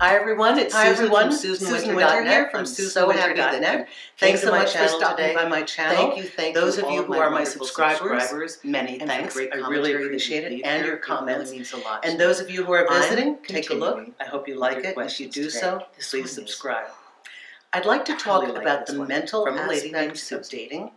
everyone. It's Hi, Susan everyone. from Susan, Susan Winter Winter here from I'm so happy SusanWinter.net. that you came Thanks to so my much for channel stopping today. by my channel. Thank you, thank Those you, of all you who are my wonderful subscribers, subscribers. many And for thanks. great I really commentary that appreciate you it leave and here. your It really comments. means a lot. And those of you who are I'm visiting, take a look. continuing I hope you with like your it. If you questions do today. so, This one please is subscribe. I'd like to talk really like about this the one. mental From a lady named aspects of Susan. dating,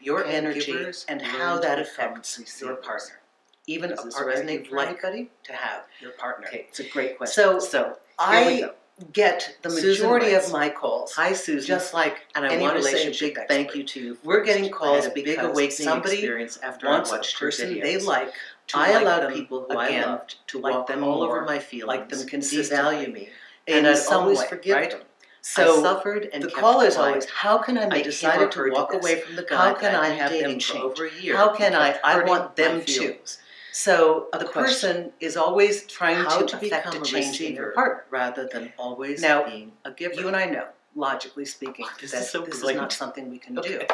your Can energy, givers and learn how to that become affects your receivers? partner. Even Does a this partner resonate you'd for like to have Your partner. Okay. It's a great So, question. So, here we I go. get the Susan majority writes, of my calls, Hi, Susan. just like and I any want to say a relationship big thank expert. you to you. We're getting I had calls a big because awakening somebody experience after once I a watched person your videos. they like, to I like allow them people who again, I loved to like walk them all more, over my feelings, like them can consistently. devalue me, and and I'd I'd always forgive them. So I suffered and the kept call is trying. always, how can I make decided him or to her walk do this? away from the guy How can that I I've been have them dating for changed? over a year? How can He I? kept I hurting want them my to. feelings. So The the question. person is always trying How to, to affect become a a change in their receiver. partner. rather than always Now, being a giver. You and I know, logically speaking, This that is so this is blatant. not something we can Okay. do.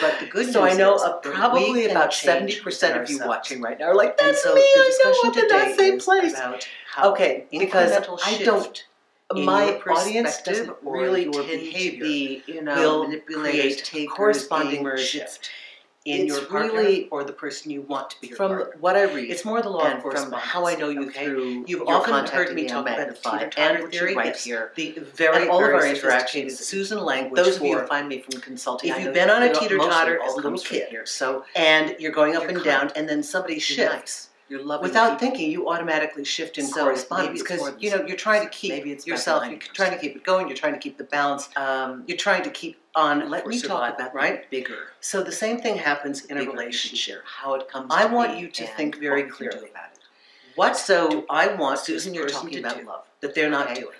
But the good so news I know is uh, that we probably can about change seventy percent of you ourselves. watching right now are like, And "That's so me! the I know discussion I'm in today that same is place." about how okay, an because incremental I shift don't. in My your audience perspective doesn't or really your tend behavior to be, you know, will manipulators, create takers, corresponding gamers. shift in It's your partner really- or the person you want to be your From partner. what I read, It's more the law and of from correspondence. how I know you okay? through You've your often heard contacting me me talk on about Magnified the teeter and totter what you write yes, here. the very And all of very our sophisticated interactions, Susan language. Those of you for- who find me from consulting, if I you've know been on a that teeter mostly totter all as a little comes from kid, here. So and you're going up You're and kind. down, and then somebody You're nice. shifts you're loving without people. thinking. You automatically shift in So maybe correspondence it's because more than you know you're trying to keep Maybe it's about yourself. You're 90%. trying to keep it going. You're trying to keep the balance. Um, You're trying to keep on. Let for me talk survival, about right. Bigger. So the same thing happens in a bigger relationship. issue, How it comes. I to want be you to and think very what we can do clearly. about it. What so I want Susan, this you're person talking to about do love. that they're not Okay. doing.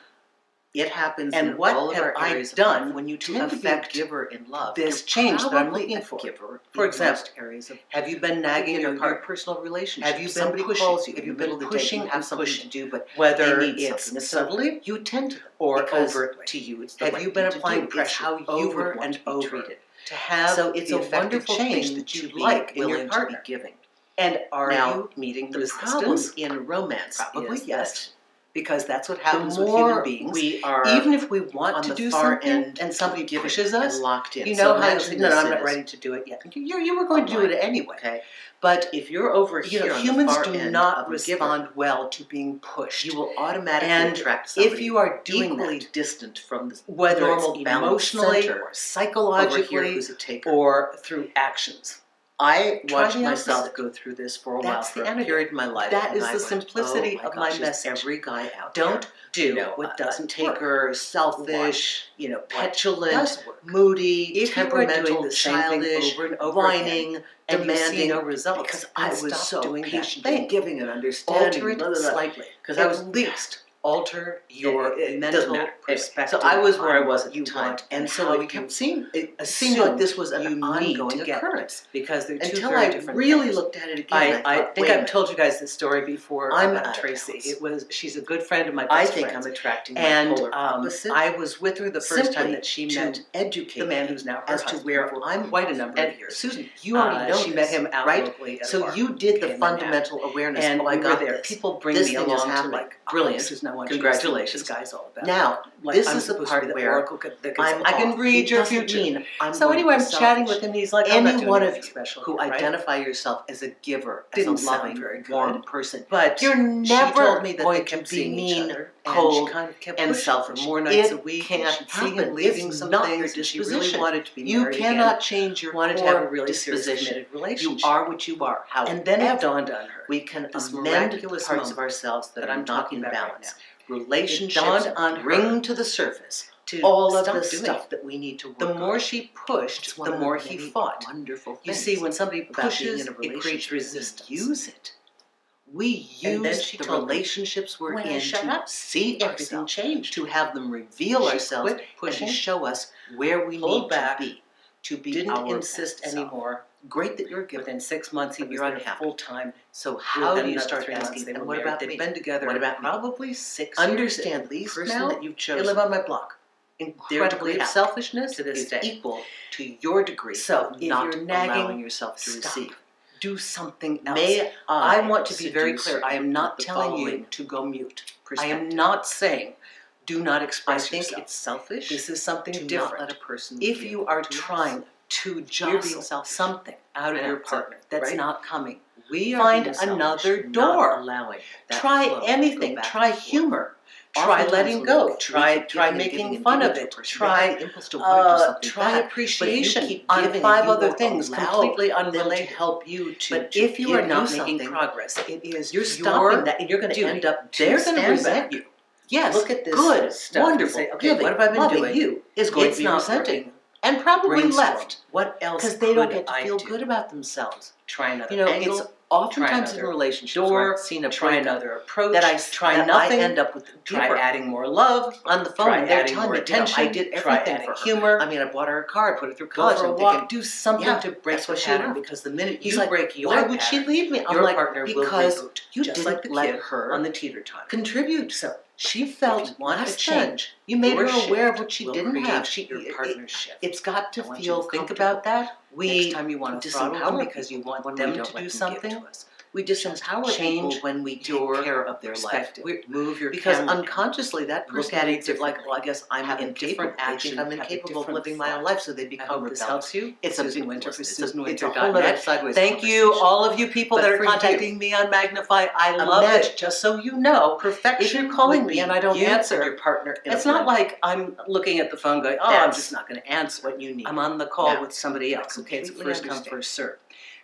It happens And in what all of have our I areas of done life. when you to tend to be a affect giver in love. this you're change that I'm probably looking a for? giver For in example, most areas of Have you been nagging you your know, partner? personal relationship. Have you been Somebody pushing? calls you. Have in you the been middle of the pushing Day, you have and something pushing? to do, but Whether they need it's something. subtly you tend to or because overtly. to you. It's the Have right you been thing to do. applying It's pressure how you over would want and to be over treated. to have so it's the a effective wonderful change thing that you be like in willing your partner. to be giving. And are now, you meeting the resistance problem in romance? Probably is that yes. because that's what The happens with human more beings. we are Even if we want on to the do far something end and somebody giving pushes and us, locked in. you So know how imagine you, no, no, this I'm not is, ready to do it yet. You you were going to do it anyway. Okay, But if you're over you here, know, on humans the far do end not of a giver, respond well to being pushed. You will automatically And attract somebody if you are doing equally that, distant from the whether it's normal balance emotionally center or over here psychologically who's a taker. or through actions. I Try watched the myself opposite. go through this for a while That's for the a enemy. period of my life. That and is the I went, simplicity "Oh my of my gosh, is message. Every guy out Don't do there, you know, a- what a doesn't take uh, work. taker, selfish, Selfish, you know, petulant, petulant, moody, If you are doing temperamental, the same thing childish, over and over again, whining, and you see demanding no results, Because then I was stop so doing that patient thing. and giving and understanding. alter it blah, blah, blah. slightly because At I was least alter your your mental mental So perspective. I was where I on was what at the you time, want and how so you it kept seeing it seemed assume like this was an you need ongoing to get occurrence because they're two until very I different really things. looked at it again. I, I, I thought, think wait a I've minute. told you guys this story before I'm out about of Tracy. balance. It was she's a good friend of my I best think friend's. I'm attracting my and polar um, opposite. I was with her the first time Simply that she to met educate the man who's now her as to husband where for I'm quite a number and of years. Susan, you already Uh, know she this, met him out right? locally at a So bar. you did the Okay, and then fundamental awareness. and oh, I we got were there. this. People bring This me thing is along to happening. like brilliant. brilliant. Who's now watching Congratulations, this guy's all about. Now Like, this I'm is the supposed to be part the where oracle that- that gets I'm, I off. can It read your doesn't future. mean I'm going so to anyway, I'm be chatting selfish. with him. and He's like, any I'm not doing one of anything you special who here, right? identify yourself as a giver, Didn't as a sound loving, very good. warm person, But you're never she told me that going they kept to be seeing each mean, other, cold, and, she kind of kept and pushing for selfish. more nights It a week. can't and she seeing happen. and leaving It's some not things your that she really disposition. wanted to be you married again, cannot change your wanted to core have a really serious disposition. committed relationship. You are what you are. However, and then it dawned on her we can this amend the miraculous parts of moment ourselves that, that are I'm not talking in about right balance. Relationships Relationships on her bring to the surface to all of stop the doing stuff it. that we need to work The on. more she It's pushed, one the of the more he many fought. Wonderful You see, when somebody about being pushes, in a it creates relationship, we resistance. use it. We And then use she the told me, relationships we're "When I in shut to up, see everything ourselves, changed. to have them reveal She ourselves, quit and to pushing, show us where we pulled need back, to be to be didn't our insist best self. anymore. Great that you're given. Within six months, he But was you're there unhappy. full time. So how do you start asking? them? And what about They've me? been together. What about me? probably six. years. Understand At least person now, that you've they chosen. live on my block. Their incredibly degree of happy selfishness to this is day. equal to your degree So, of if not you're nagging, allowing yourself to stop. receive. Do something else. May I want to be very seduce clear. I am not the telling you following to go mute. I perspective? am not saying do not express think yourself. it's selfish. This is something Do different. not let a person. if be you able are to do this. trying to jostle selfish. something out of And your that's it, partner that's right? not coming, we are find being selfish, another not door. allowing that try flow to go anything. back Try and forth. humor. Try Oftentimes letting when go. we- we Try keep try giving and giving making and fun giving of to a it. person, they have Try the impulse to wanna do uh, something try back. appreciation keep on giving and five you other won't things allow completely them to unrelated. help you to. But if you give are not you making something, progress, it is you're your stopping that, and you're going to duty. end up. They're going to gonna resent you. Yes. Look at this. Good. stuff and Wonderful. Say, okay, giving, what have I been loving doing? You Is going It's to be not resented. working. and probably Brainstorm. left What else? because they don't could get to I feel do? good about themselves. Try another You know, angle. it's oftentimes in another relationships door, where I've seen a try breakup another approach. that I that try I nothing end up with deeper. Try adding more love. on the Try phone. They're adding telling me more, you know, attention. I did try everything adding for her. humor. I mean, I bought her a car, put her through Go college. for a I'm walk. thinking, do something yeah, to break that's what the she pattern wants. because the minute He's you like, break your why would she pattern, leave me? I'm your like, partner because will reboot, you just didn't like the let kid her on the teeter totter. contribute. So she if felt you want less to change, than. You made your her aware of shift what she will didn't create have. She, your it- partner's shift. It's got to I want you feel. to Think comfortable. about that. Next We time you want to throttle disempower them because because you want when them we don't to let do them give something. to us. We disempower people change when we take your care of their life. perspective. We're- Move your Because camera. unconsciously, that Look person at it reads it like, differently. well, I guess Have I'm a indifferent, different I think action, have I'm a incapable of different living my own thought. life, so they Have become, a this rebellious. helps you. It's a Susan big Winter force. for It's a- Susan it's a Winter whole dot net. nother sideways Thank you, conversation. all of you people But that are for you, contacting me on Magnify. I love imagine- it. Just so you know, Perfection if you're calling would me and be I don't you answer, and your partner. in a it's not blender. like I'm looking at the phone going, "Oh, I'm That's just not going to answer." what you need. I'm on the call No. with somebody I else. Okay, it's a completely first come, understand. first serve.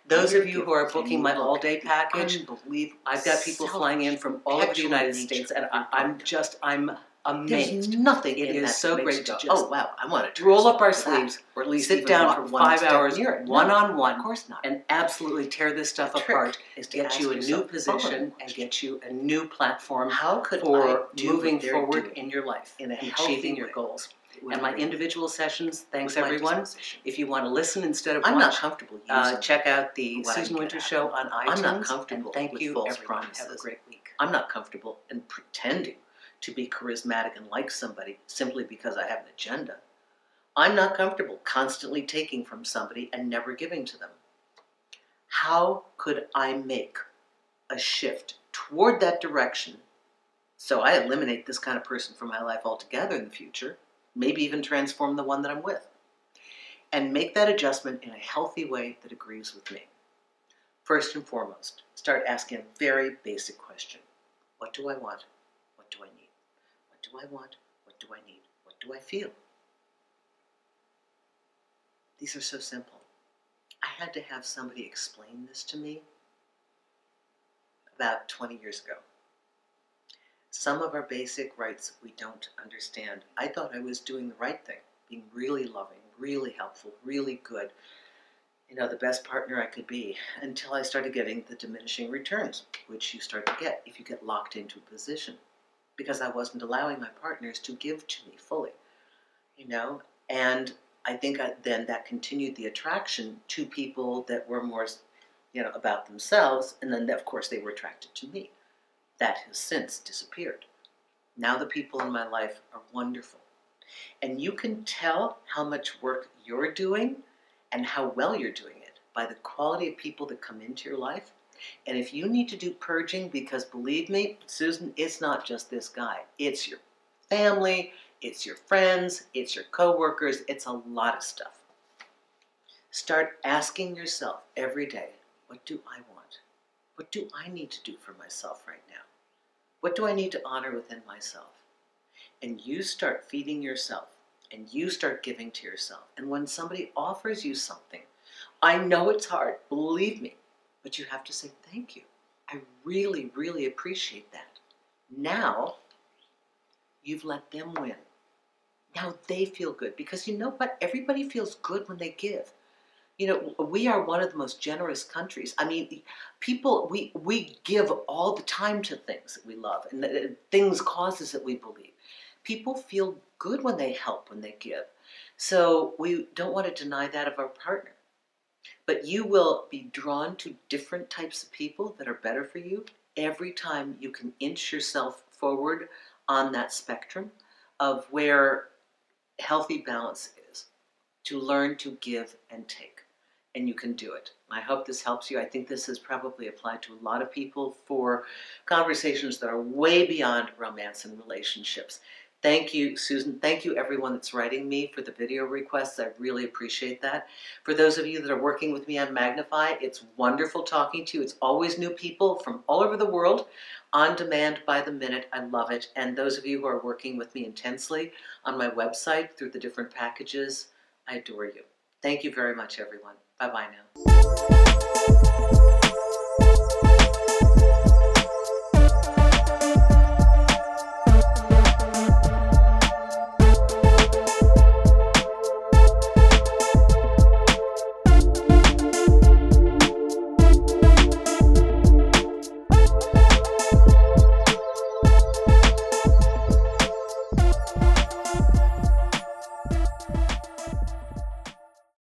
Those of you who are booking my all day package, Unbelievable. I've got people flying in from all over the Actual United nature States, and of I, your I'm product. just I'm There's amazed. nothing It in is that so that makes great you to go, just oh, wow, I want to. Roll up our sleeves, Or at least sit even down walk for one five step hours, near it. No, one on Of one, course not. and absolutely tear this stuff The trick apart. Is to Get ask you a new yourself, position "Oh, and get you a new platform How could I for do what moving they're forward doing in your life in and a achieving healthy your way? goals. It would And my bring- individual sessions, thanks with my everyone. disposition. If you want to listen instead of I'm not watch, comfortable using. uh, check out the what I Susan get Winter out of Show on iTunes. I'm not and comfortable Thank with you, false everyone. Have a promises. great week. I'm not comfortable in pretending to be charismatic and like somebody simply because I have an agenda. I'm not comfortable constantly taking from somebody and never giving to them. How could I make a shift toward that direction so I eliminate this kind of person from my life altogether in the future, maybe even transform the one that I'm with, and make that adjustment in a healthy way that agrees with me? First and foremost, start asking a very basic question What do I want? What do I need? What do I want? What do I need? What do I feel? These are so simple. I had to have somebody explain this to me about 20 years ago. Some of our basic rights we don't understand. I thought I was doing the right thing, being really loving, really helpful, really good, you know, the best partner I could be until I started getting the diminishing returns, which you start to get if you get locked into a position. Because I wasn't allowing my partners to give to me fully, you know? And I think I, then that continued the attraction to people that were more, you know, about themselves. And then, of course, they were attracted to me. That has since disappeared. Now the people in my life are wonderful. And you can tell how much work you're doing and how well you're doing it by the quality of people that come into your life. And if you need to do purging, because believe me, Susan, it's not just this guy, it's your family, it's your friends, it's your coworkers, it's a lot of stuff. Start asking yourself every day what do I want? What do I need to do for myself right now? What do I need to honor within myself? And you start feeding yourself and you start giving to yourself. And when somebody offers you something, I know it's hard, believe me, but you have to say thank you. I really, really appreciate that. Now you've let them win. Now they feel good because you know what? Everybody feels good when they give. You know, we are one of the most generous countries. I mean, people we we give all the time to things that we love and the, the things causes that we believe people feel good when they help when they give so we don't want to deny that of our partner but you will be drawn to different types of people that are better for you every time you can inch yourself forward on that spectrum of where healthy balance is to learn to give and take and you can do it. I hope this helps you. I think this is probably applied to a lot of people for conversations that are way beyond romance and relationships. Thank you, Susan. Thank you, everyone that's writing me for the video requests. I really appreciate that. For those of you that are working with me on Magnify, it's wonderful talking to you. It's always new people from all over the world on demand by the minute. I love it. And those of you who are working with me intensely on my website through the different packages, I adore you. Thank you very much, everyone. Bye bye now.